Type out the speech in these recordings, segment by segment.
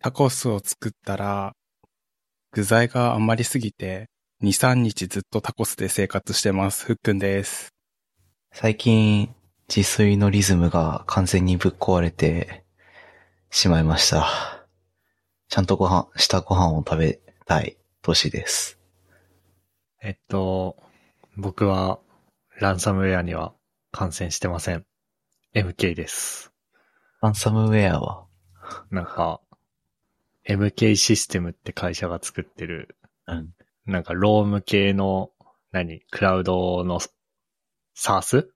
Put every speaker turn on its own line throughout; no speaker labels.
タコスを作ったら、具材が余りすぎて、2、3日ずっとタコスで生活してます。ふっくんです。
最近、自炊のリズムが完全にぶっ壊れてしまいました。ちゃんとご飯、したご飯を食べたい年です。
えっと、僕はランサムウェアには感染してません。MK です。
ランサムウェアは、
なんか、MK システムって会社が作ってる、
うん
なんかローム系の、何、クラウドの、サース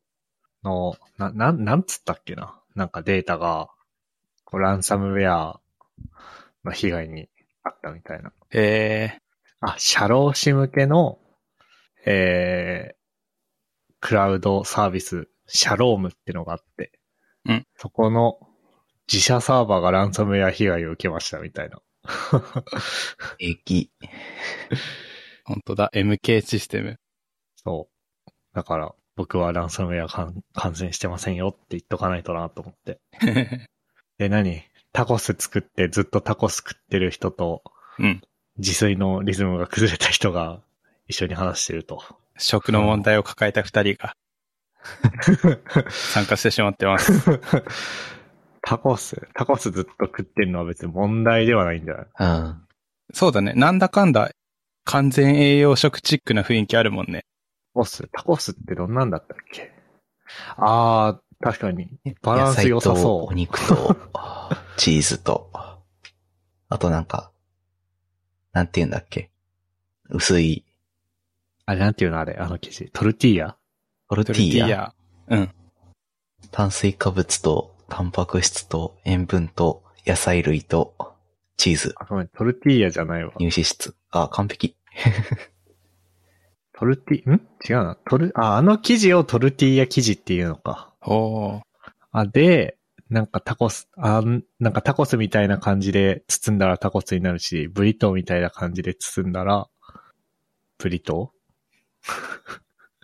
の、な、なん、なんつったっけななんかデータが、こうランサムウェアの被害にあったみたいな。
えー、
あ、社労士向けの、えー、クラウドサービス、シャロームってのがあって、
うん
そこの自社サーバーがランサムウェア被害を受けましたみたいな。
平気。
ほんとだ、MK システム。
そう。だから、僕はランサムウェア感感染してませんよって言っとかないとなと 思って。で、何タコス作ってずっとタコス食ってる人と、
うん
自炊のリズムが崩れた人が一緒に話してると。
食の問題を抱えた二人 が参加してしまってます。
タコス、タコスずっと食ってんのは別に問題ではないんじゃない
うん。
そうだね、なんだかんだ完全栄養食チックな雰囲気あるもんね。
タコス、タコスってどんなんだったっけあー、確かに。バランス良さ
野菜と
そ
お
う。
肉と、チーズと、あとなんか、なんて言うんだっけ。薄い、
あれ、なんていうのあれ、あの生地。トルティーヤ
トル
ト
テ
ルテ
ィ
ィ
ーヤ。
ーヤ。
炭水化物と、タンパク質と、塩分と、野菜類と、チーズ、
あ、ごめん、トルティーヤじゃないわ。
乳脂質。あ、完璧。
トルティ、ん違うな。トル、あ、あの生地をトルティーヤ生地っていうのか。
おー。
あ、で、なんかタコス、あん、なんかタコスみたいな感じで包んだらタコスになるし、ブリトーみたいな感じで包んだら、ブリトー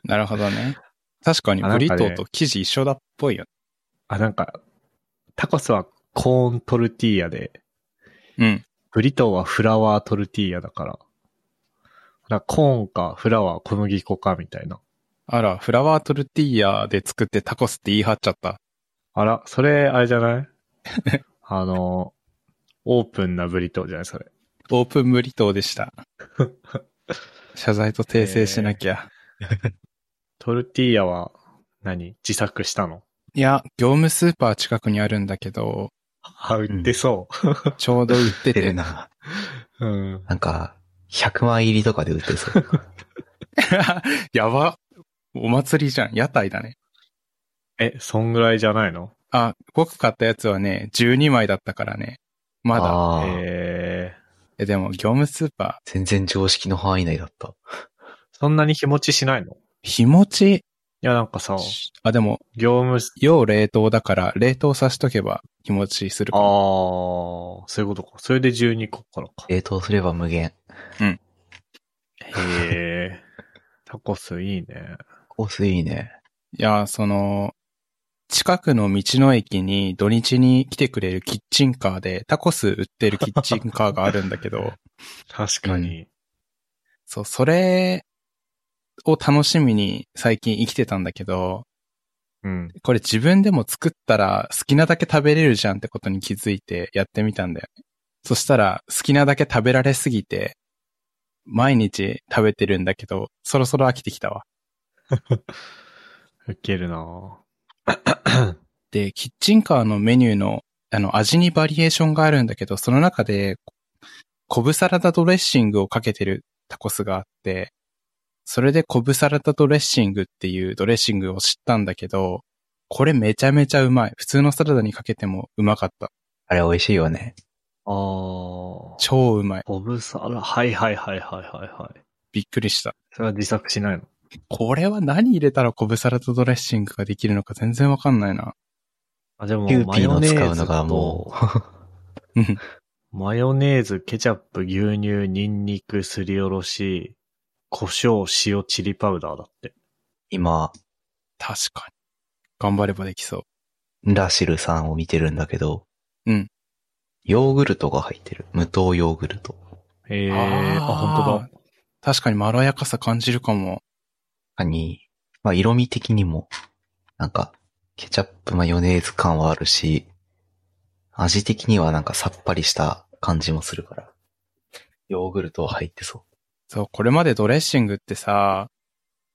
なるほどね。確かに
あな
ブ
んか
リ
ね
トーと生地一緒だっぽいよね。
あ、なんか、タコスはコーントルティーヤで、
うん。
ブリトーはフラワートルティーヤだから。だからコーンかフラワー小麦粉かみたいな。
あら、フラワートルティーヤで作ってタコスって言い張っちゃった。
あら、それ、あれじゃ ないあの、オープンなブリトーじゃないそれ。
オープンブリトーでした。謝罪と訂正しなきゃ。
トルティーヤは何自作したの
いや、業務スーパー近くにあるんだけど、
あ、売ってそ
ちょうど売って
出 て
て
る。な。
う。うん。
なんか、100枚入りとかで売ってそう。
やば。お祭りじゃん。屋台だね。
え、そんぐらいじゃないの
あ、僕買ったやつはね、12枚だったからね。まだ。
あー
えー、
え、でも業務スーパー、
全然常識の範囲内だった。
そんなに日持ちしないのい
日持ち、
や、なんかさ、
あ、でも、
業務ス、
要冷凍だから、冷凍さしとけば日持ちする
あ
か
ー
ら。、
そういうことか。それで12個からか。
冷凍すれば無限。
へえ。タコスいいね。
コースいいね。
いや、その、近くの道の駅に土日に来てくれるキッチンカーでタコス売ってるキッチンカーがあるんだけど、
確かに。
そう、それを楽しみに最近生きてたんだけど、
うん。
これ自分でも作ったら好きなだけ食べれるじゃんってことに気づいてやってみたんだよね。そしたら好きなだけ食べられすぎて、毎日食べてるんだけど、そろそろ飽きてきたわ。
ウケるな
で、キッチンカーのメニューの、あの、味にバリエーションがあるんだけど、その中で、コブサラダドレッシングをかけてるタコスがあって、それでコブサラダドレッシングっていうドレッシングを知ったんだけど、これめちゃめちゃうまい。普通のサラダにかけてもうまかった。
あれ美味しいよね。
あー。
超うまい。
コブサラ、はいはいはいはいはいはい。
びっくりした。
それは自作しないの
これは何入れたらコブサラダドレッシングができるのか全然わかんないな。
あ、でも、
キュー
マ
ピー
ヨ
の
ネ
使
ー
う
ズ
のがも
と、
う、
うん
マヨネーズ、ケチャップ、牛乳、ニンニク、すりおろし、胡椒、塩、チリパウダーだって。
今、
確かに。頑張ればできそう。
ラシルさんを見てるんだけど、
うん
ヨーグルトが入ってる。無糖ヨーグルト。
ええ
あ
あ、
ー
本当だ。
確かにまろやかさ感じるかも。
他に、まあ、色味的にも、なんか、ケチャップマヨネーズ感はあるし、味的にはなんかさっぱりした感じもするから、ヨーグルトは入ってそ
そう、これまでドレッシングってさ、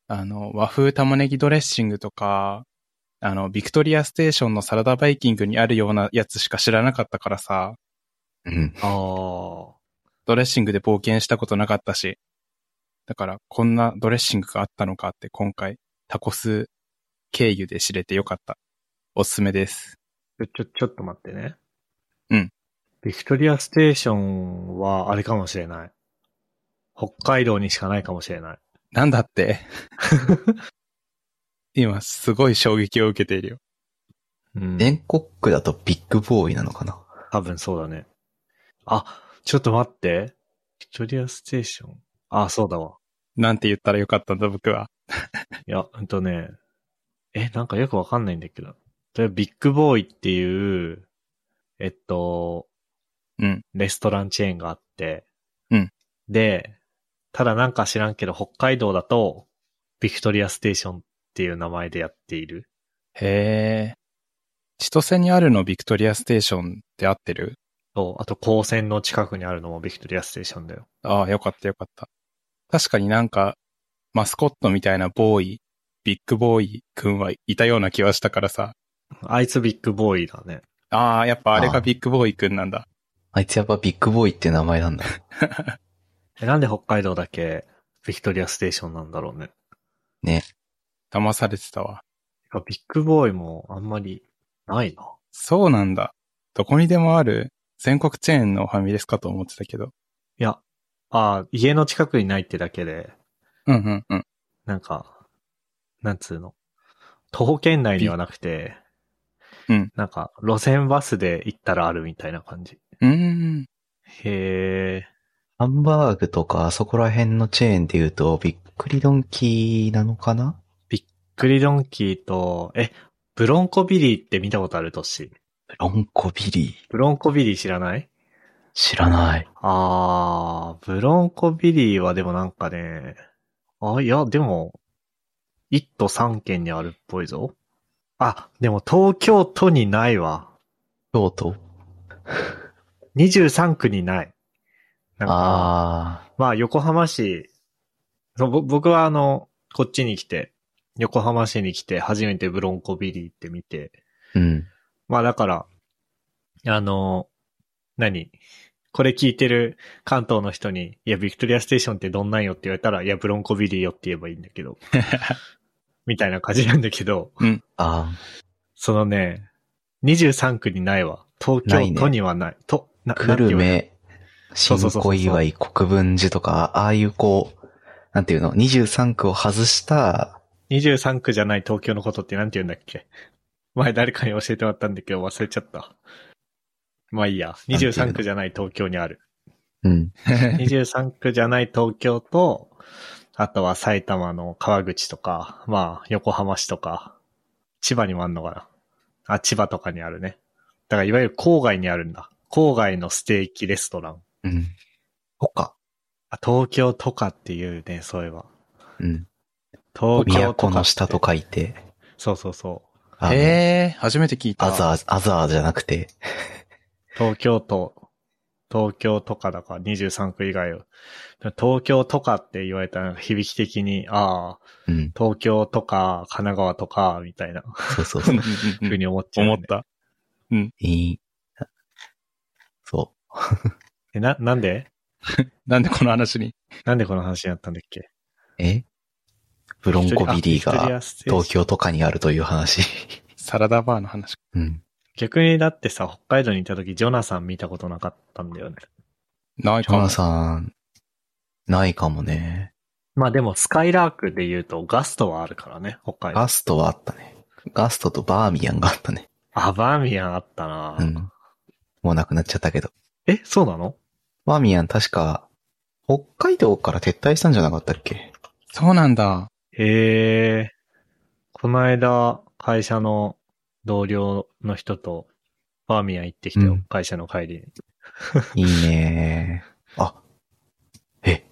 あの、和風玉ねぎドレッシングとか、あの、ビクトリアステーションのサラダバイキングにあるようなやつしか知らなかったからさ、
う。うん。
ああ。
ドレッシングで冒険したことなかったし、だからこんなドレッシングがあったのかって今回タコス経由で知れてよかった。おすすめです。
ちょ、ちょっと待ってね。
うん。
ビクトリアステーションはあれかもしれない。北海道にしかないかもしれない。
なんだって今すごい衝撃を受けているよ。
うん。
全国区だとビッグボーイなのかな
多分そうだね。あ、ちょっと待って。ビクトリアステーション。あ、そうだわ。
なんて言ったらよかったんだ僕は。
いや、うんとね、え、なんかよくわかんないんだけど。例えばビッグボーイっていう、えっと、
うん。
レストランチェーンがあって、
うん。
で、ただなんか知らんけど、北海道だと、ビクトリアステーションっていう名前でやっている。
へえ。千歳にあるのビクトリアステーションって合ってる
そう、あと高専の近くにあるのもビクトリアステーションだよ。
ああ、よかったよかった。確かになんか、マスコットみたいなボーイ、ビッグボーイくんはいたような気はしたからさ。
あいつビッグボーイだね。
ああ、やっぱあれ
あ
が
あ
ビッグボーイくんなんだ。
あいつやっぱビッグボーイって名前 なんだ。
え、なんで北海道だけビクトリアステーションなんだろうね。
騙されてたわ。
てかビッグボーイもあんまりないな。
そうなんだ。どこにでもある全国チェーンのファミレスかと思ってたけど。
いや、ああ、家の近くにないってだけで、
うんうんうん。
なんか、なんつうの。徒歩圏内にはなくて、
うん
なんか、路線バスで行ったらあるみたいな感じ。
うーん。
へえ、
ハンバーグとかあそこら辺のチェーンで言うと、びっくりドンキーなのかな
クリドンキーと、え、ブロンコビリーって見たことあるとし。
ロンコビリー。
ブロンコビリー知らない
知らない。
あー、ブロンコビリーはでもなんかね、あ、いや、でも、1都3県にあるっぽいぞ。あ、でも東京都にないわ。
京都
23区にない。なんか、
あ
まあ横浜市、そうぼ僕はあの、こっちに来て、横浜市に来て初めてブロンコビリーって見て、
ー。うん。
まあだから、あの、何これ聞いてる関東の人に、いや、ビクトリアステーションってどんなんよって言われたら、いや、ブロンコビリーよって言えばいいんだけ ど、みたいな感じなんだけど、
あ
そのね、23区にないわ。東
ない
京
ね
都にはない。と、な、
あ、久留
なんて言われ
米、
うそう
新
そうそう
小岩井、国分寺とか、ああいうこう、なんていうの、23区を外した、
23区じゃない東京のことってなんて言うんだっけ前誰かに教えてもらったんだけど忘れちゃった。まあいいや。
なんていうの
23区じゃない東京にある。
うん。
23区じゃない東京と、あとは埼玉の川口とか、まあ横浜市とか、千葉にもあんのかな。あ、千葉とかにあるね。だからいわゆる郊外にあるんだ。郊外のステーキレストラン。
うん。とか、
あ、東京とかっていうね、そういえば。
うん。
東京と
都
か
の。下と書いて、
そうそうそう。
あ
へ
の、
え、初めて聞いた。
アザー、アザーじゃなくて、
東京都、東京とかだから23区以外を。東京とかって言われたら響き的に、ああ、
うん。
東京とか神奈川とか、みたいな
そうそう
う
そ
ん う。んう
う
ん
風に思っちゃう、ね
思った。
いい。そ
え、な、なんで
なんでこの話に。
なんでこの話になったんだっけ
う。えブロンコビリーが、東
東京。
京とかにあるという話。
サラダバーの話。
うん。
逆にだってさ、北海道にいた時、ジョナサン見たことなかったんだよね。
ない
ジ
か
ョ
も
ナ。さん、ないかもね。
まあでも、スカイラークで言うと、ガストはあるからね、北海道
ガ。ストはあったね。ガストとバーミヤンがあったね。
あ、バーミヤンあったな、
うん。もうなくなっちゃったけど。
え、そうなの
バーミヤン確か、北海道から撤退したんじゃなかったっけ
そうなんだ。
へえ。この間、会社の同僚の人とバーミヤン行ってきたよ、
うん
会社の帰りに。
いいねあ、え、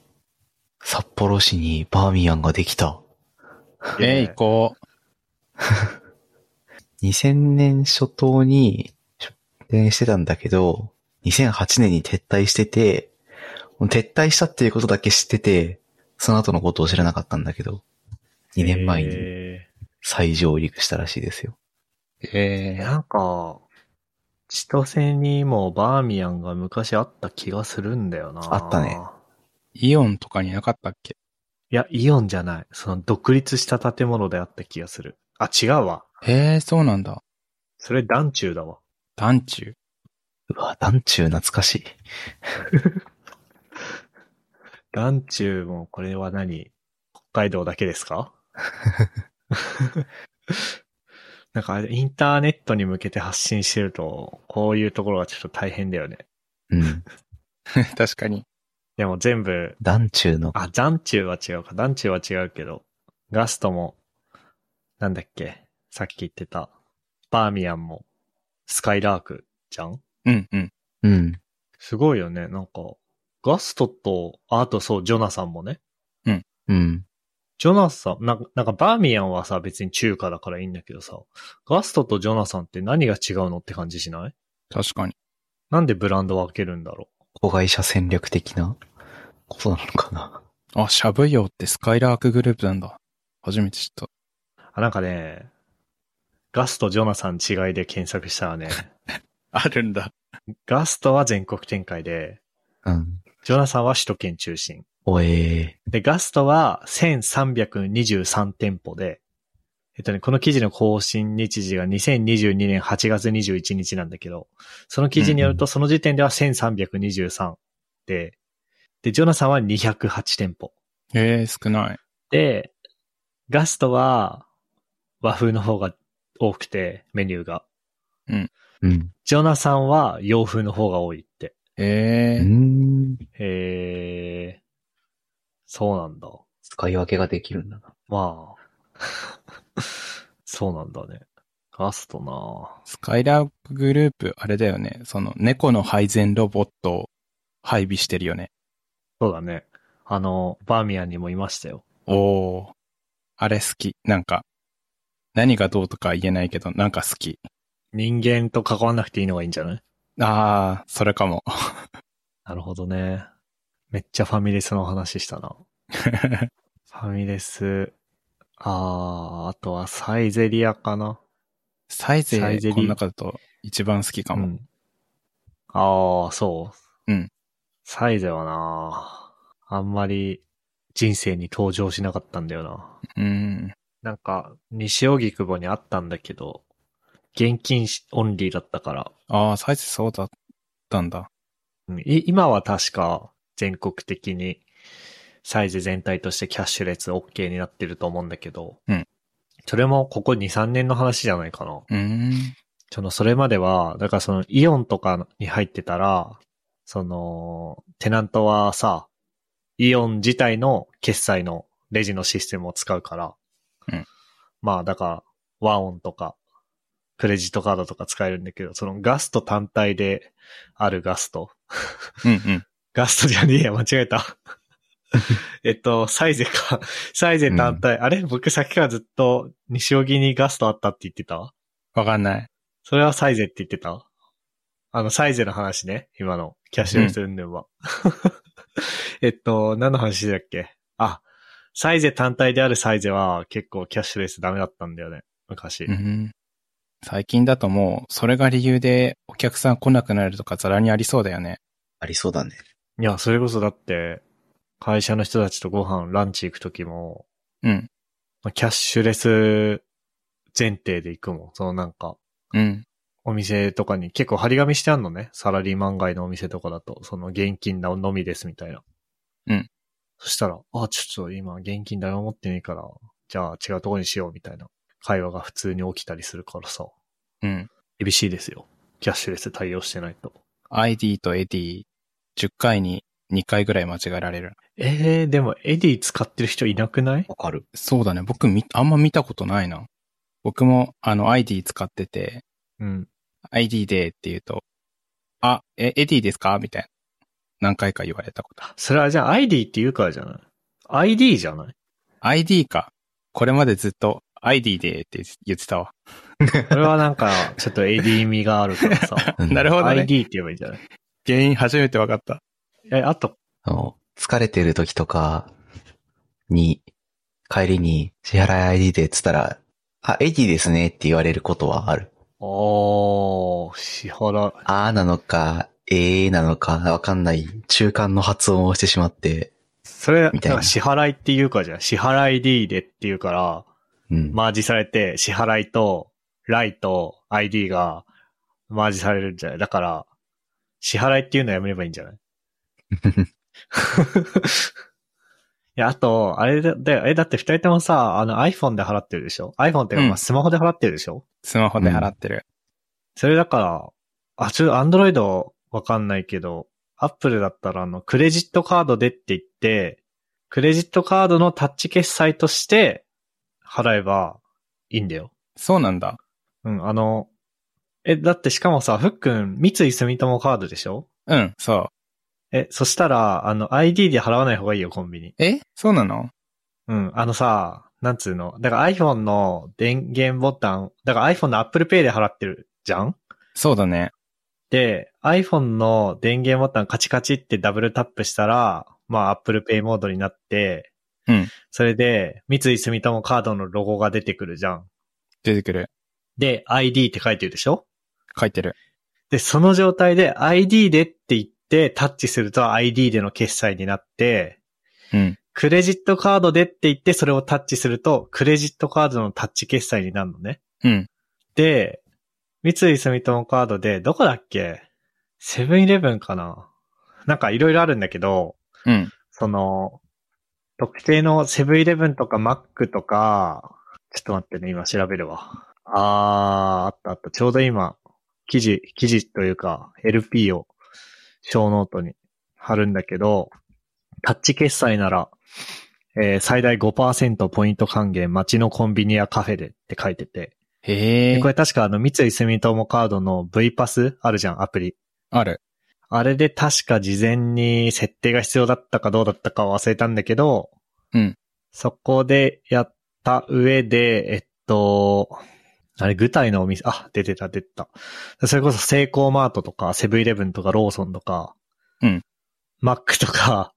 札幌市にバーミヤンができた。
えー、行こ
2000年初頭に出店してたんだけど、2008年に撤退してて、撤退したっていうことだけ知ってて、その後のことを知らなかったんだけど、2年前に
え
再上陸したらしいですよ。
う。え
ー
ー、
なんか、千歳にもバーミヤンが昔あった気がするんだよな。
あったね。
イオンとかになかったっけ
いや、イオンじゃない。その独立した建物であった気がする。あ、違うわ。
えー、そうなんだ。
それ団中だわ。
団中。
うわ、団中懐かしい。
団中もこれは何北海道だけですかなんかあれインターネットに向けて発信してると、こういうところがちょっと大変だよね。
うん。
確かに。
でも全部、
団中の、
あ、団中は違うか。団中は違うけど、ガストも、なんだっけさっき言ってた、バーミヤンも、スカイラークじゃん
うんうん。
うん。
すごいよね。なんか、ガストと、ああとそう、ジョナサンもね。
うん。
ジョナサン、なんか、なんかバーミヤンはさ、別に中華だからいいんだけどさ、ガストとジョナサンって何が違うのって感じしない
確かに。
なんでブランド分けるんだろ
子会社戦略的なことなのかな。
あ、シャブヨってスカイラークグループなんだ。初めて知っ
うあ、なんかね、ガスト、ジョナサン違いで検索したらね、
た。あるんだ。
ガストは全国展開で、
うん。
ジョナサンは首都圏中心。
おえ
で、ガストは1323店舗で、えっとね、この記事の更新日時が2022年8月21日なんだけど、その記事による
うんう
とその時点では1323で、で、ジョナサンは208店舗。
えー、少ない。
で、ガストは和風の方が多くて、メニューが。
ー。うん。
ジョナサンは洋風の方が多いって。
え
う
ー、
ん。
へー、そうなんだ。
使い分けができるんだな。
まあ、 そうなんだね。ガストな
スカイラークグループ、あれだよね。その、猫の配膳ロボットを配備してるよね。
そうだね。あの、バーミヤンにもいましたよ。
おー。あれ好き。なんか、何がどうとかは言えないけど、なんか好き。
人間と関わんなくていいのがいいんじゃない
あー、それかも。
なるほどね。めっちゃファミレスの話したな。ファミレス。あー、あとはサイゼリアかな。
サイゼ、
サイゼリ
この中だと一番好きかも。
うん。あー、そう。
うん。
サイゼはなあんまり人生に登場しなかったんだよな。
うん。
なんか、西荻窪にあったんだけど、現金オンリーだったから、
ああ、サイズそうだったんだ。
うんい今は確か全国的にサイズ全体としてキャッシュレス OK になってると思うんだけど、
うん
それもここ2、3年の話じゃないかな。
うーん。
その、それまでは、だからそのイオンとかに入ってたら、その、テナントはさ、イオン自体の決済のレジのシステムを使うから、
うん
まあだから、和音とか、クレジットカードとか使えるんだけど、そのガスト単体であるガスト。
うんうん。
ガストじゃねえや、 間違 えた。えっと、サイゼか。サイゼ単体。あれ僕さっきからずっと西荻にガストあったって言ってた
わかんない。
それはサイゼって言ってたあの、サイゼの話ね。今の。キャッシュレス運動は。 えっと、何の話だっけあ、サイゼ単体であるサイゼは結構キャッシュレスダメだったんだよね。昔。
うん。最近だともう、それが理由でお客さん来なくなるとかザラにありそうだよね。
ありそうだね。
いや、それこそだって、会社の人たちとご飯、ランチ行くときも、
うん。
まあキャッシュレス前提で行くもん。そのなんか、
うん。
お店とかに結構張り紙してあんのね。サラリーマン街のお店とかだと、その現金ののみですみたいな。
うん。
そしたら、あ、ちょっと今現金誰も持ってねえから、じゃあ違うとこにしようみたいな会話が普通に起きたりするからさ、
うん。
厳しいですよ。キャッシュレス対応してないと。
ID と AD、10回に2回ぐらい間違えられる。
えー、でもエディ使ってる人いなくない
わかる。。
そうだね。僕み、あんま見たことないな。僕も、あの、ID 使ってて、
うん。
ID でって言うと、あ、え、エディですかみたいな。何回か言われたこと。
それはじゃあ ID って言うからじゃない ?ID じゃない
ID か。これまでずっと ID でって言ってたわ。
それはなんか、ちょっと AD 味があるからさ
う ん
なるほどね。
ID って言えばいいんじゃない
原因初めて分かった。
え、あと、
あの、疲れてる時とかに、帰りに支払い ID でっつったら、あ、80ですねって言われることはある。
おー、支払い。
あーなのか、えーなのか、わかんない。中間の発音をしてしまって、
それ、なん
みたいな
か支払いって言うからじゃん。支払い D でって言うから、
うん。
マージされて、支払いと、ライと ID が、マージされるんじゃないだから、支払いっていうのやめればいいん じゃないいや、あと、あれだだよ。え、だって二人ともさ、あの iPhone で払ってるでしょ ?iPhone っていうか、
うん
まあスマホで払ってるでしょ、
スマホで払ってる。
それだから、あ、ちょっとアンドロイドわかんないけど、アップルだったらあの、クレジットカードでって言って、クレジットカードのタッチ決済として払えばいいんだよ。
そうなんだ。
うん、あの、え、だってしかもさ、ふっくん、三井住友カードでしょ
うん、そ
え、そしたら、あの、ID で払わない方がいいよ、コンビニ。
う。えそうなの
うん、あのさ、なんつうの。だから iPhone の電源ボタン、だから iPhone の Apple Pay で払ってるじゃん
そうだね。
で、iPhone の電源ボタンカチカチってダブルタップしたら、まあ Apple Pay モードになって、
うん
それで、三井住友カードのロゴが出てくるじゃん。
出てくる。
で、ID って書いてるでしょ
書いてる。
で、その状態で ID でって言ってタッチすると ID での決済になって、
うん。
クレジットカードでって言ってそれをタッチすると、クレジットカードのタッチ決済になるのね。
うん。
で、三井住友カードで、どこだっけセブンイレブンかななんかいろいろあるんだけど、
うん。
その、特定のセブンイレブンとかマックとか、ちょっと待ってね、今調べるわ。あー、あったあった。ちょうど今、記事、記事というか、LP を小ノートに貼るんだけど、タッチ決済なら、えー最大5%ポイント還元、街のコンビニやカフェでって書いてて、
へ
で
え
こ。れ確かあの、三井住友カードの V パスあるじゃん、アプリ。
ある。
あれで確か事前に設定が必要だったかどうだったかは忘れたんだけど、
うん。
そこでやった上で、えっと、あれ、具体のお店、あ、出てた、出てた。それこそ、セイコーマートとか、セブンイレブンとか、ローソンとか、
うん。
マックとか、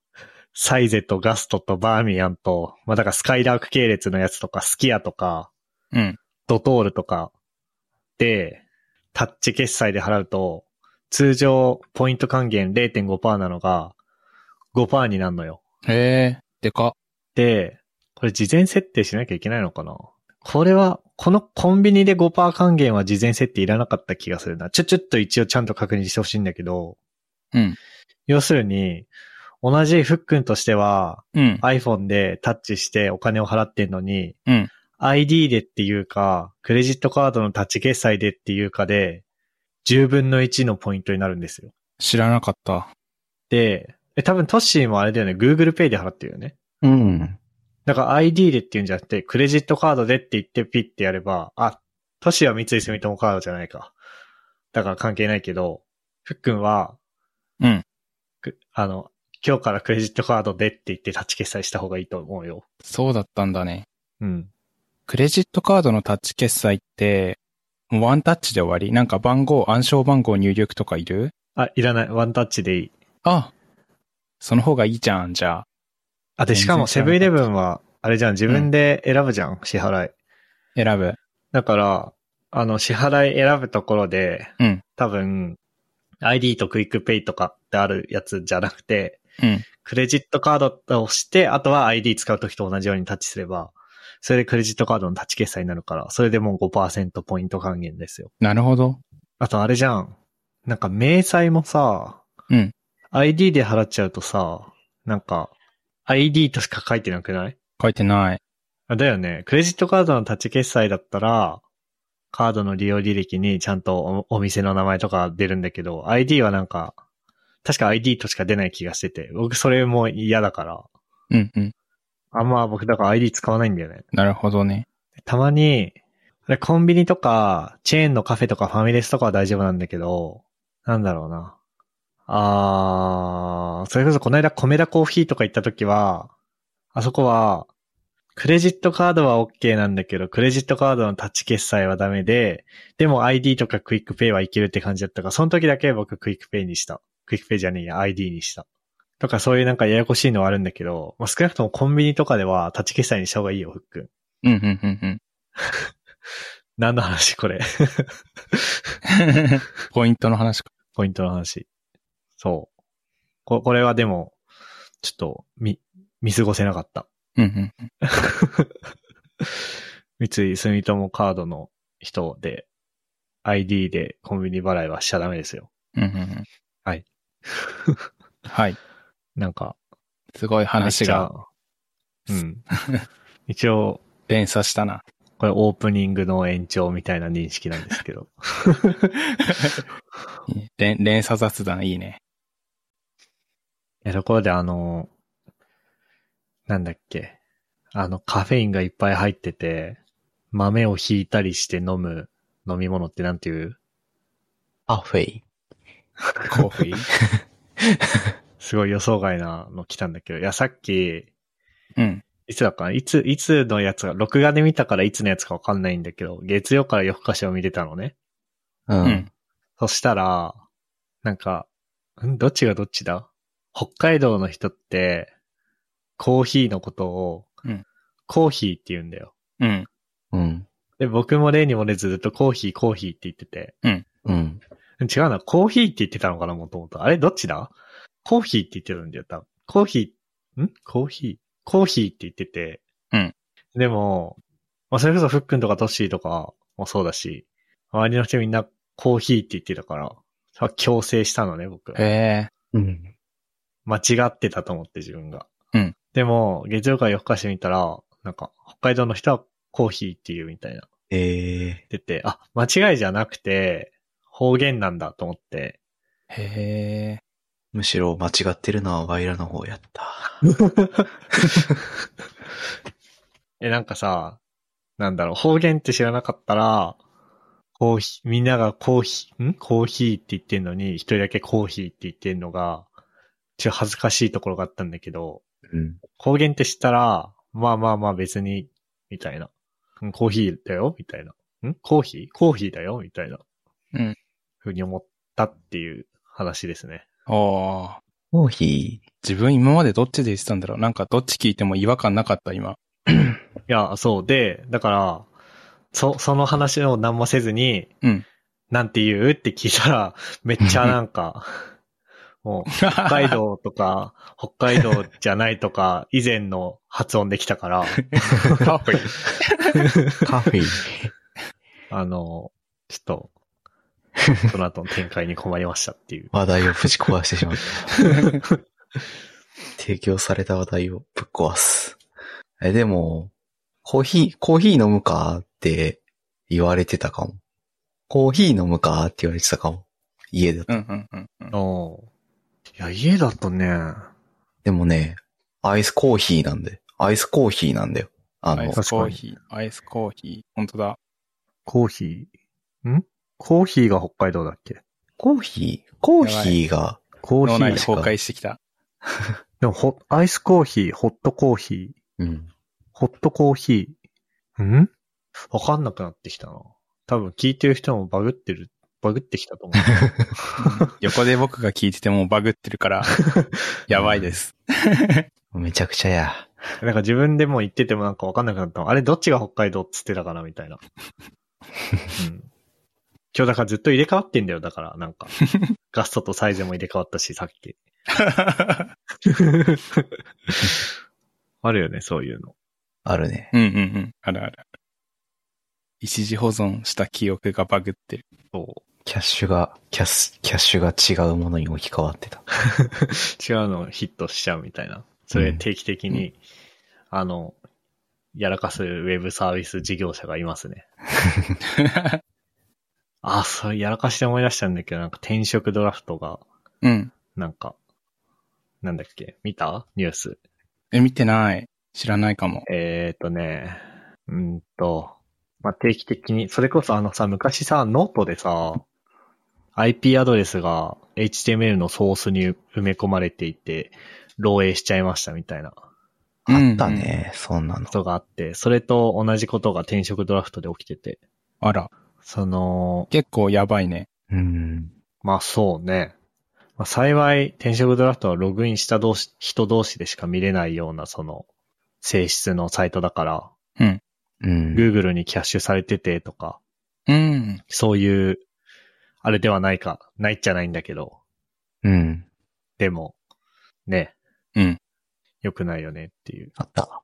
サイゼとガストとバーミヤンと、まあ、だからスカイラーク系列のやつとか、スキヤとか、
うん。
ドトールとかで、タッチ決済で払うと、通常、ポイント還元0.5%なのが、5%になるのよ。
へえ。でかっ。
で、これ事前設定しなきゃいけないのかなこれは、このコンビニで5%還元は事前設定いらなかった気がするな。ちょ、ちょっと一応ちゃんと確認してほしいんだけど、
うん。
要するに、同じフックンとしては、
うん。
iPhone でタッチしてお金を払ってんのに、
うん
ID でっていうか、クレジットカードのタッチ決済でっていうかで、10分の1のポイントになるんですよ。
知らなかった。
で、え、多分トッシーもあれだよね、Google Pay で払ってるよね。
うん。
だから ID でっていうんじゃなくて、クレジットカードでって言ってピッてやれば、あ、トシは三井住友カードじゃないか。だから関係ないけど、ふっくんは、
うん
く。あの、今日からクレジットカードでって言ってタッチ決済した方がいいと思うよ。
そうだったんだね。
うん。
クレジットカードのタッチ決済って、もうワンタッチで終わりなんか番号、暗証番号入力とかいる
あ、いらない。ワンタッチでいい。
あ、その方がいいじゃん、じゃあ。
あ、で、
全然
しかも
知ら
セ
なか
ブ
っ
ン
た
イレブンは、あれじゃん、自分で選ぶじゃん、支払い。
選ぶ。
だから、あの、支払い選ぶところで、
うん
多分、ID とクイックペイとかってあるやつじゃなくて、
うん
クレジットカードと押して、あとは ID 使うときと同じようにタッチすれば、それでクレジットカードのタッチ決済になるから、それでもう5%ポイント還元ですよ。
なるほど。
あとあれじゃん。なんか、明細もさ、
うん。
ID で払っちゃうとさ、なんか、ID としか書いてなくない
書いてない。
あだよね。クレジットカードのタッチ決済だったら、カードの利用履歴にちゃんとおお店の名前とか出るんだけど、ID はなんか、確か ID としか出ない気がしてて、僕それも嫌だから、
うんうん。
あんま僕だから ID 使わないんだよね。
なるほどね。
たまに、でコンビニとか、チェーンのカフェとかファミレスとかは大丈夫なんだけど、なんだろうな。あー、それこそこの間米田コーヒーとか行った時は、あそこは、クレジットカードは OK なんだけど、クレジットカードのタッチ決済はダメで、でも ID とかクイックペイはいけるって感じだったから、その時だけ僕クイックペイにした。クイックペイじゃねえや、ID にした。とかそういうなんかややこしいのはあるんだけど、まあ、少なくともコンビニとかではタッチ決済にした方がいいよ、ふっくん。
うん、うん、うん、うん。
何の話 これ。
ポイントの話か。
ポイントの話。そう。ここれはでも、ちょっと、み、見過ごせなかった。
うん、うん。
三井住友カードの人で、ID でコンビニ払いはしちゃダメですよ。
うんうんうん、
はい。
はい。
なんか、
すごい話が
めっちゃ。うん。 一応、
連鎖したな。
これオープニングの延長みたいな認識なんですけど。
いいね連連鎖雑談いいね。
え、ところであの、なんだっけ。あの、カフェインがいっぱい入ってて、豆をひいたりして飲む飲み物ってなんていう
パフェイ。
コーヒー。
すごい予想外なの来たんだけど、いや、さっき、
うん。
いつだかないつ、いつのやつが、録画で見たからいつのやつかわかんないんだけど、月曜から夜更かしを見てたのね。
う。
うんん。
そしたら、なんか、んどっちがどっちだ北海道の人って、コーヒーのことを、
うん
コーヒーって言うんだよ。
うん。
うん。
で、僕も例にもれずずっとコーヒー、コーヒーって言ってて。
うん。
違うな、コーヒーって言ってたのかな、もともと。あれ、どっちだコーヒーって言ってたんだよ、多分。コーヒー、んコーヒーコーヒーって言ってて。
うん。
でも、まあ、それこそフックンとかトッシーとかもそうだし、周りの人みんなコーヒーって言ってたから、それは強制したのね、僕。
へえ。
うん。
間違ってたと思って、自分が。
うん。
でも、月曜から夜更かし見たら、なんか、北海道の人はコーヒーっていうみたいな。
ええ
出て、あ、間違いじゃなくて、方言なんだと思って、
へえ。
むしろ間違ってるのはワイラの方やった。
え、なんかさ、なんだろう、方言って知らなかったら、コーヒー、みんながコーヒー、んコーヒーって言ってんのに、一人だけコーヒーって言ってんのが、ちょっと恥ずかしいところがあったんだけど、
うん。
方言って知ったら、まあまあまあ別に、みたいな。うんコーヒーだよみたいな。んコーヒーコーヒーだよみたいな。
うん。
ふうに思ったっていう話ですね。
おー。
コーヒ
自分今までどっちで言ってたんだろうなんかどっち聞いても違和感なかった今。
いや、そう。で、だから、そ、その話を何もせずに、
うん
なんて言うって聞いたら、 めっちゃなん か、もう、
北
北海。道とか、北海道じゃないとか、以前の発音できたから、
カフェイン
ー。カフェイン。
あの、ちょっ と、その後の展開に困りましたっていう。
話題をぶち壊してしまった。 提供された話題をぶっ壊す。え、でも、コーヒー、コーヒー飲むかって言われてたかも。コーヒー飲むかって言われてたかも。家だと。
うんうんうんうん。
おいや、家だとね、
でもね、アイスコーヒーなんで。アイスコーヒーなんだよ。あ
ア
の
イ、スコーヒー。アイスコーヒー。本当だ。
コーヒー、んコーヒーが北海道だっけ
コーヒー、コーヒーが、
コーヒ
脳内
ー
で崩壊してきた。
でも、ほ、アイスコーヒー、ホットコーヒー、
うん。
ホットコーヒー。んわかんなくなってきたな。多分聞いてる人もバグってる、バグってきたと思う。
横で僕が聞いててもバグってるから、やばいです。
めちゃくちゃや。
なんか自分でも言っててもなんかわかんなくなったのあれどっちが北海道っつってたかなみたいな。うん。今日だからずっと入れ替わってんだよ。だから、なんか。ガストとサイゼも入れ替わったし、さっき。あるよね、そういうの。
あるね。
うんうんうん。あるあるある。一時保存した記憶がバグってる。
そう。
キャッシュが、キャス、キャッシュが違うものに置き換わってた。
違うのヒットしちゃうみたいな。それ定期的に、あの、やらかすウェブサービス事業者がいますね。あ、そう、やらかして思い出したんだけど、なんか転職ドラフトが、
うん。
なんか、なんだっけ見たニュース。
え、見てない。知らないかも。
えー、っとね、うーんと、まあ、定期的に、それこそあのさ、昔さ、ノートでさ、IP アドレスが HTML のソースに埋め込まれていて、漏洩しちゃいましたみたいな
あったね、そんなの。
ことがあって、それと同じことが転職ドラフトで起きてて、
あら、
その、
結構やばいね。
うん。
まあそうね。まあ、幸い、転職ドラフトはログインした同士人同士でしか見れないような、その、性質のサイトだから、
うん。
Google にキャッシュされててとか、
うん。
そういう、あれではないか、ないじゃないんだけど、
うん。
でも、ね、
うん。
良くないよねっていう。
あった。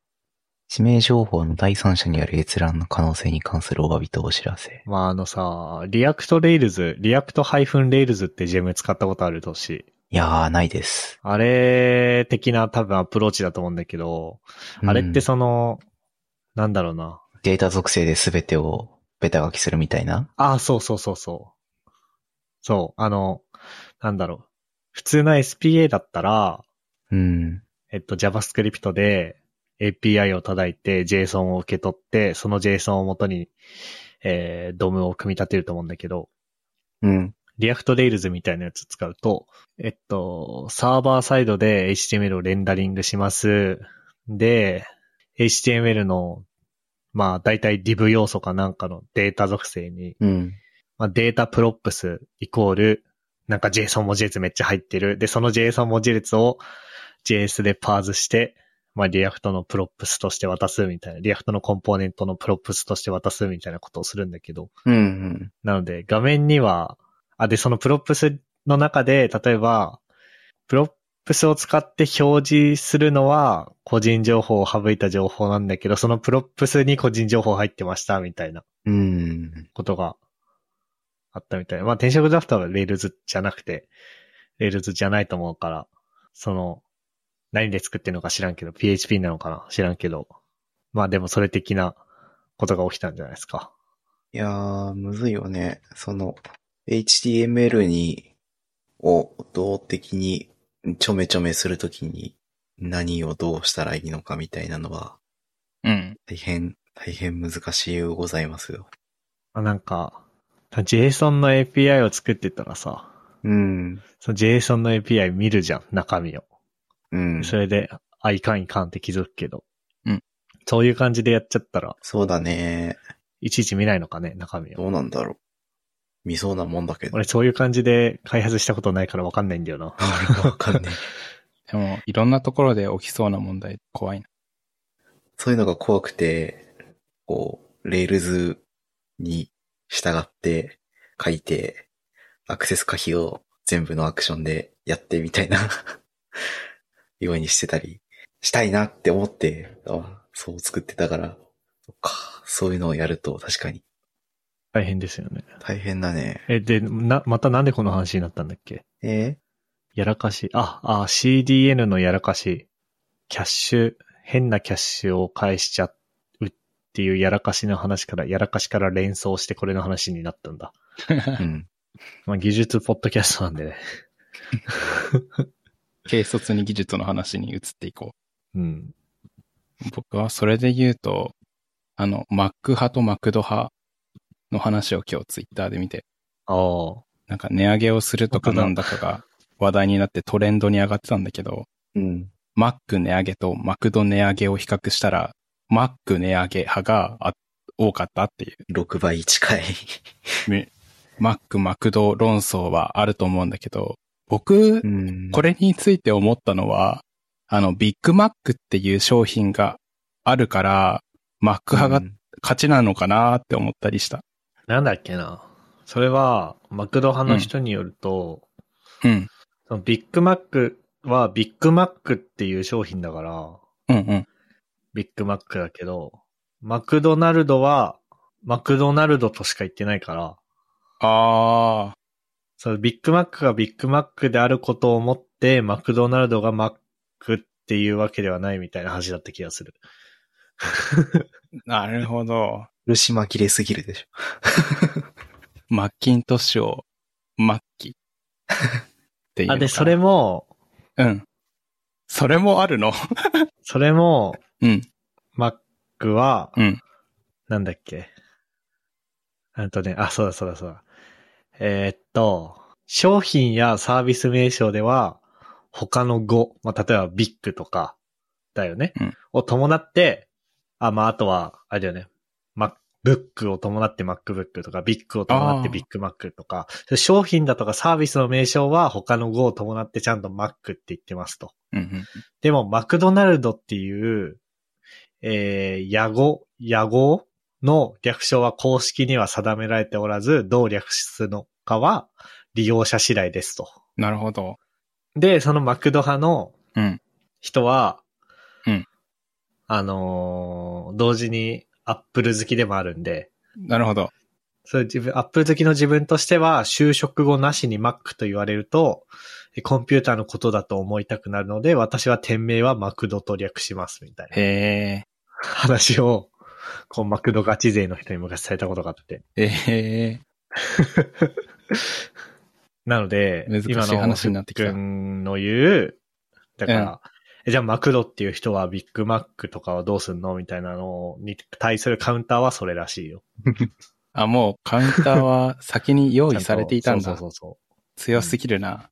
指名情報の第三者による閲覧の可能性に関するお詫びとお知らせ。
まああのさ、リアクトレイルズ、リアクト -rails って GM 使ったことあるとし、
いやー、ないです。
あれ的な多分アプローチだと思うんだけど、あれって
うん
その、なんだろうな。
データ属性で全てをベタ書きするみたいな
ああ、そうそうそうそう。そう、あの、なんだろう。普通の SPA だったら、
うん。
えっと JavaScript で API を叩いて JSON を受け取って、その JSON を元に、えー、DOM を組み立てると思うんだけど、
うん。
React Rails みたいなやつ使うと、えっと、サーバーサイドで HTML をレンダリングします。で、HTML の、まあ、大体 div 要素かなんかのデータ属性に、
うん。
まあ、データプロップスイコール、なんか JSON 文字列めっちゃ入ってる。で、その JSON 文字列を JS でパーズして、まあ、リアクトのプロップスとして渡すみたいな、リアクトのコンポーネントのプロップスとして渡すみたいなことをするんだけど、
うん。
なので、画面には、あ、で、そのプロップスの中で、例えば、プロップスを使って表示するのは、個人情報を省いた情報なんだけど、そのプロップスに個人情報入ってました、みたいな
うん。
ことがあったみたい。まあ、転職ドラフトはレールズじゃなくて、レールズじゃないと思うから、その、何で作ってるのか知らんけど、PHP なのかな知らんけど。まあでもそれ的なことが起きたんじゃないですか。
いやー、むずいよね。その、HTML に、を動的に、ちょめちょめするときに、何をどうしたらいいのかみたいなのは、
うん。
大変、大変難しいようございますよ。
あなんか、JSON の API を作ってたらさ、
うん。
その JSON の API 見るじゃん、中身を。
うん。
それで、あ、いかんいかんって気づくけど。
うん。
そういう感じでやっちゃったら、
そうだね。
いちいち見ないのかね、中身を。
どうなんだろう。見そうなもんだけど。
俺そういう感じで開発したことないからわかんないんだよな。
俺もわかん ねえ。
でも、いろんなところで起きそうな問題、怖いな。
そういうのが怖くて、こう、レールズに従って書いて、アクセス可否を全部のアクションでやってみたいな、 ようにしてたり、したいなって思って、あそう作ってたから、そっか、そういうのをやると確かに
大変ですよね。
大変だね。
え、で、な、またなんでこの話になったんだっけ
え
やらかし。あ、あ、CDN のやらかし。キャッシュ、変なキャッシュを返しちゃうっていうやらかしの話から、やらかしから連想してこれの話になったんだ。
うん。
まあ、技術ポッドキャストなんでね。
軽率に技術の話に移っていこ
うん。
う。僕はそれで言うと、あの、Mac 派と Mac 派の話を今日ツイッターで見て、
ああ。
なんか値上げをするとか
本当だ
なんだかが話題になってトレンドに上がってたんだけど、
うん。
Mac 値上げと Mac 値上げを比較したら、Mac 値上げ派があ多かったっていう。
6倍近い。
Mac、マクド論争はあると思うんだけど、僕、
ん
こ
れ
れについて思ったのは、あの、ビッグマックっていう商品があるから、マック派が勝ちなのかなって思ったりした。
なんだっけな。それは、マクド派の人によると、
うん。
そのビッグマックはビッグマックっていう商品だから、
うんうん。
ビッグマックだけど、マクドナルドは、マクドナルドとしか言ってないから、
ああ。
そのビッグマックがビッグマックであることを思って、マクドナルドがマックっていうわけではないみたいな話だった気がする。
なるほど。
苦し紛れすぎるでしょ。
マッキントッシュを、マッキっていうのか
あ、
な
で、それ。も、
うん。それもあるの
それも、
うん。
マックは、
うん
なんだっけ。うんとね、あ、そうだそうだそうだ。えーっと、商品やサービス名称では、他の語、まあ、例えばビッグとか、だよね。
うん
を伴って、あ、まあ、あとは、あれだよね。マブックを伴って MacBook とか、ビッグを伴って
あー
ビッグマックとか、商品だとかサービスの名称は他の語を伴ってちゃんと Mac って言ってますと。
うんうん。
でも、マクドナルドっていう、えー、野語、野語の略称は公式には定められておらず、どう略すのかは利用者次第ですと。
なるほど。
で、そのマクド派の
うん。
人は、
うん
あのー同時にアップル好きでもあるんで、
なるほど。
そう自分、アップル好きの自分としては、就職後なしに Mac と言われると、えコンピューターのことだと思いたくなるので、私は店名はマクドと略します、みたいな
へえ。
話を、こう、マクドガチ勢の人に昔されたことがあって。
ええ。
なので、
難しい
今の
話になってきた
ふっくんの言う、だから、えじゃあマクドっていう人はビッグマックとかはどうすんのみたいなのに対するカウンターはそれらしいよ。
あ、もうカウンターは先に用意されていたん
ちゃ
だ
と。そうそうそうそ
強すぎるな。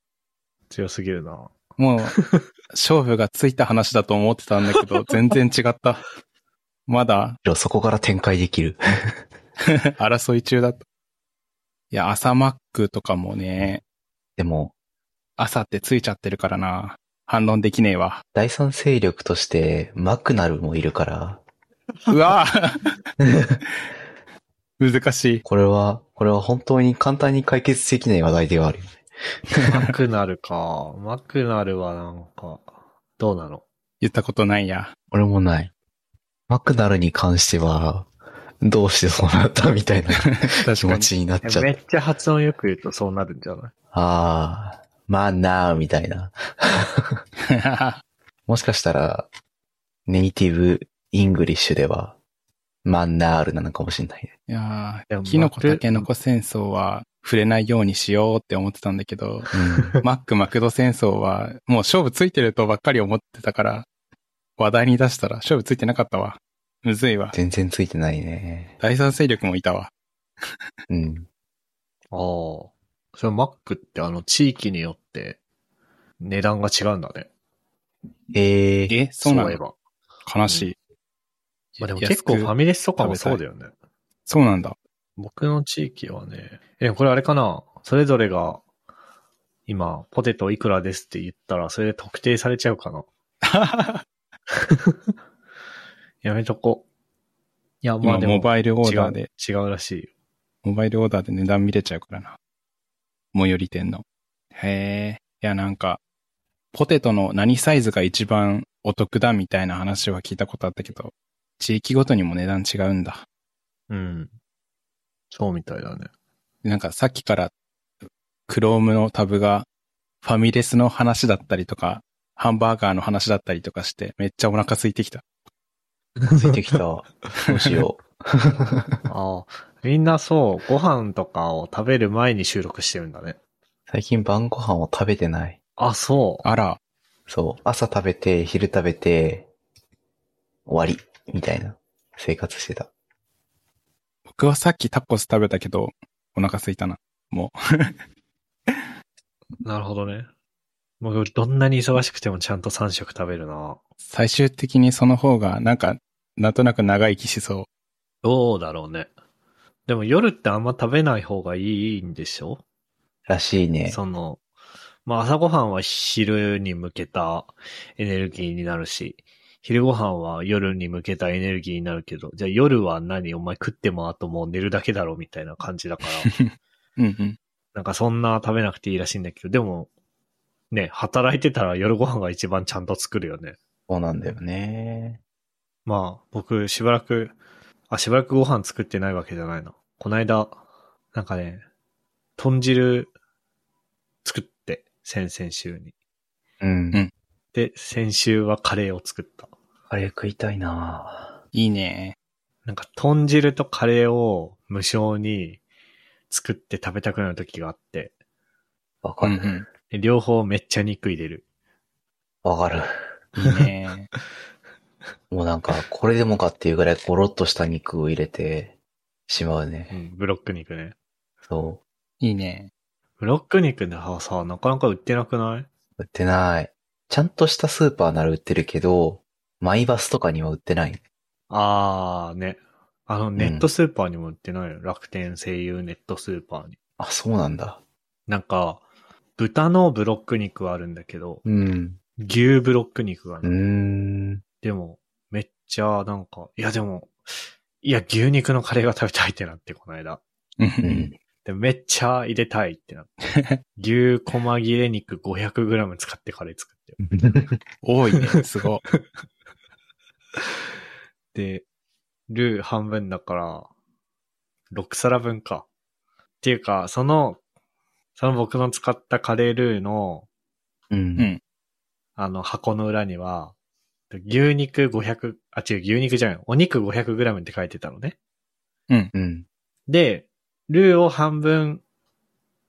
う。強すぎるな。
もう、勝負がついた話だと思ってたんだけ ど、全然違った。まだ
いやそこから展開できる。
争い中だった。いや、朝マックとかもね、
でも、
朝ってついちゃってるからな。反論できねえわ。
第三勢力として、マクナルもいるから、
うわぁ難しい。
これは、これは本当に簡単に解決できない話題ではあるよね。
マクナルか。マクナルはなんか、どうなの
言ったことないや。
俺もない。マクナルに関しては、どうしてそうなったみたいな気
確か
持
に。
ちになっちゃっ
め
た。
っちゃ発音よく言うとそうなるんじゃない
ああ、まあなあ、みたいな。もしかしたら、ネイティブイングリッシュでは、マンナールなのかもしれないね。
いや
でも
ーキノコ
マク
タケノコ戦争は触れないようにしようって思ってたんだけ ど、
うん、
マックマクド戦争はもう勝負ついてるとばっかり思ってたから、話題に出したら勝負ついてなかったわ。むずいわ。
全然ついてないね。
第三勢力もいたわ。
うん。
ああ。それマックってあの地域によって値段が違うんだね。
ええ
え、そうない
え
の
ば。
悲しい。
まあでも
安
結構
く
ファミレスとかもそうだよね。
そうなんだ。
僕の地域はね、え、これあれかなそれぞれが、今、ポテトいくらですって言ったら、それで特定されちゃうかな。やめとこ。いや、ま
今
あでも、
モバイルオー
違
ダー
う
で、
違うらしいよ。
モバイルオーダーで値段見れちゃうからな。最寄り店の。へえ。いや、なんか、ポテトの何サイズが一番お得だみたいな話は聞いたことあったけど、地域ごとにも値段違うんだ。
うん。そうみたいだね。
でなんかさっきから、Chrome のタブが、ファミレスの話だったりとか、ハンバーガーの話だったりとかして、めっちゃお腹空いてきた。
ついてきた。どうしよう。
ああ、みんなそう、ご飯とかを食べる前に収録してるんだね。
最近晩ご飯を食べてない。
あ、そう。
あら、
そう。朝食べて、昼食べて、終わり。みたいな生活してた。
僕はさっきタコス食べたけど、お腹空いたな。もう。
なるほどね。もうどんなに忙しくてもちゃんと3食食べるな。
最終的にその方が、なんか、なんとなく長生きしそう。
どうだろうね。でも夜ってあんま食べない方がいいんでしょ
らしいね。
その、まあ朝ごはんは昼に向けたエネルギーになるし、昼ごはんは夜に向けたエネルギーになるけど、じゃあ夜は何お前食ってもあともう寝るだけだろみたいな感じだから、
うんうん。
なんかそんな食べなくていいらしいんだけど、でも、ね、働いてたら夜ご飯が一番ちゃんと作るよね。
そうなんだよね。
まあ、僕、しばらく、あ、しばらくご飯作ってないわけじゃないな。こないだ、なんかね、豚汁作って、先々週に。
うん。
うん
で、先週はカレーを作った。
あれ食いたいない
いね。
なんか、豚汁とカレーを無償に作って食べたくなる時があって、
わ
う
か
ん
る。
で両方めっちゃ肉入れる。
わかる。
うん。いい ね。
もうなんか、これでもかっていうぐらいゴロッとした肉を入れて、しまう
う
ね。
ん、ブロック肉ね。
そ。
いいね。
ブロック肉でさ、さなかなか売ってなくないう
売ってない。ちゃんとしたスーパーなら売ってるけど、マイバスとかには売ってない。
あーね。あの、ネットスーパーにも売ってないよ。楽天声優ネットスーパーに。
あ、そうなんだ。
なんか、豚のブロック肉はあるんだけど、
うん。
牛ブロック肉が
う
ない、
ーん。
でも、めっちゃ、なんか、いやでも、いや、牛肉のカレーが食べたいってなって、この間。
う
うんん。
でもめっちゃ入れたいってなって。牛細切れ肉 500g 使ってカレー作ってよ。
多いね。すごい。
で、ルー半分だから、6皿分か。っていうか、その、その僕の使ったカレールーの、
う
うん
ん。
あの、箱の裏には、牛肉500、あ、違う、牛肉じゃない、お肉 500g って書いてたのね。
うん。
で、ルーを半分、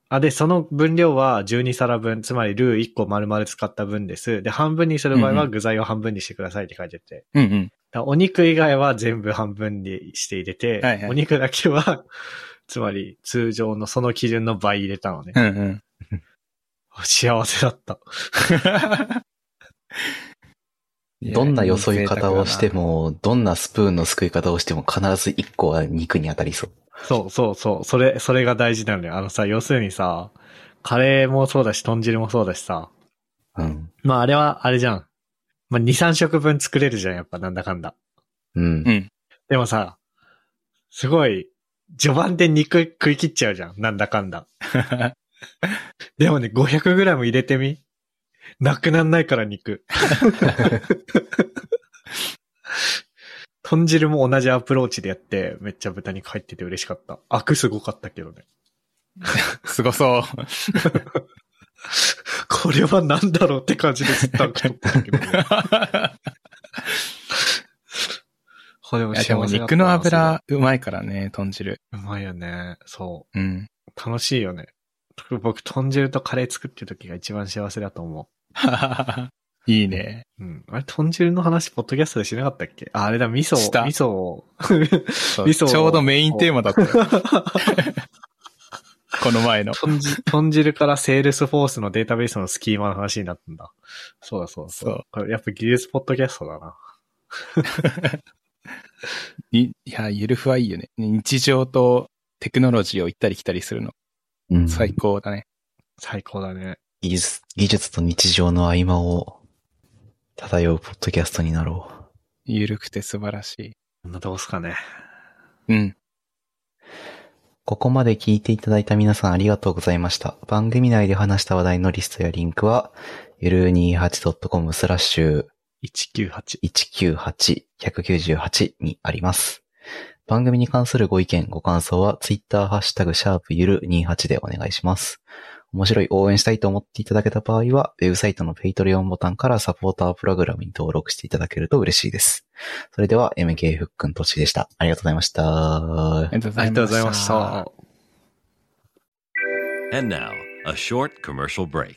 あ、で、その分量は12皿分、つまりルー1個丸々使った分です。で、半分にする場合
うん
は
うん
具材を半分にしてくださいって書いてて。
うんうん。
だからお肉以外は全部半分にして入れて、
はいはい
お肉だけは、つまり通常のその基準の倍入れたのね
う。んうん。
幸せだった。
どんなよそい方をして
も
も、どんなスプーンのすくい方をしても、必ず一個は肉に当たりそう。
そうそうそう。それ、それが大事なのよ。あのさ、要するにさ、カレーもそうだし、豚汁もそうだしさ。
うん。
まああれは、あれじゃん。まあ2、3食分作れるじゃん、やっぱなんだかんだ。
うん
う。ん
でもさ、すごい、序盤で肉食い切っちゃうじゃん、なんだかんだ。でもね、500g 入れてみなくなんないから肉。 豚汁も同じアプローチでやって、めっちゃ豚肉入ってて嬉しかった。アクすごかったけどね。
すご そう。
これは何だろうって感じでずっとア ク取ってたけど、ね。これも
い
幸
や
せ
で
だ
も
っ
肉
たな
の油、うまいからね、豚汁。
うまいよね。そ
うん。
う。楽しいよね。特に僕、豚汁とカレー作ってる時が一番幸せだと思
いいね。
う。うん。あれ、豚汁の話、ポッドキャストでしなかったっけあ、あれだ、味噌
した
味噌を。
そう
味
ち
噌を
ょうどメインテーマだ ったよ。この前の。
豚汁豚汁からセールスフォースのデータベースのスキーマの話になったんだ。そうだそうだそうだ。
そう
これやっぱ技術ポッドキャストだな。
いいや、ゆるふはいいよね。日常とテクノロジーを行ったり来たりするの。
うん
最高だね。
最高だね。
技術、技術と日常の合間を漂うポッドキャストになろう。
ゆるくて素晴らし
こんなとこっすかね。
い。うん。
ここまで聞いていただいた皆さんありがとうございました。番組内で話した話題のリストやリンクは、ゆる 28.com スラッシュ
198。
198-198にあります。番組に関するご意見、ご感想は、ツイッターハッシュタグ、シャープゆる28でお願いします。面白い応援したいと思っていただけた場合は、ウェブサイトの Patreon ボタンからサポータープログラムに登録していただけると嬉しいです。それでは、MK ふっくんとちでした。ありがとうございました
あ。りがとうございまし
あ
た。
りがとうございました。
And now, a short commercial break.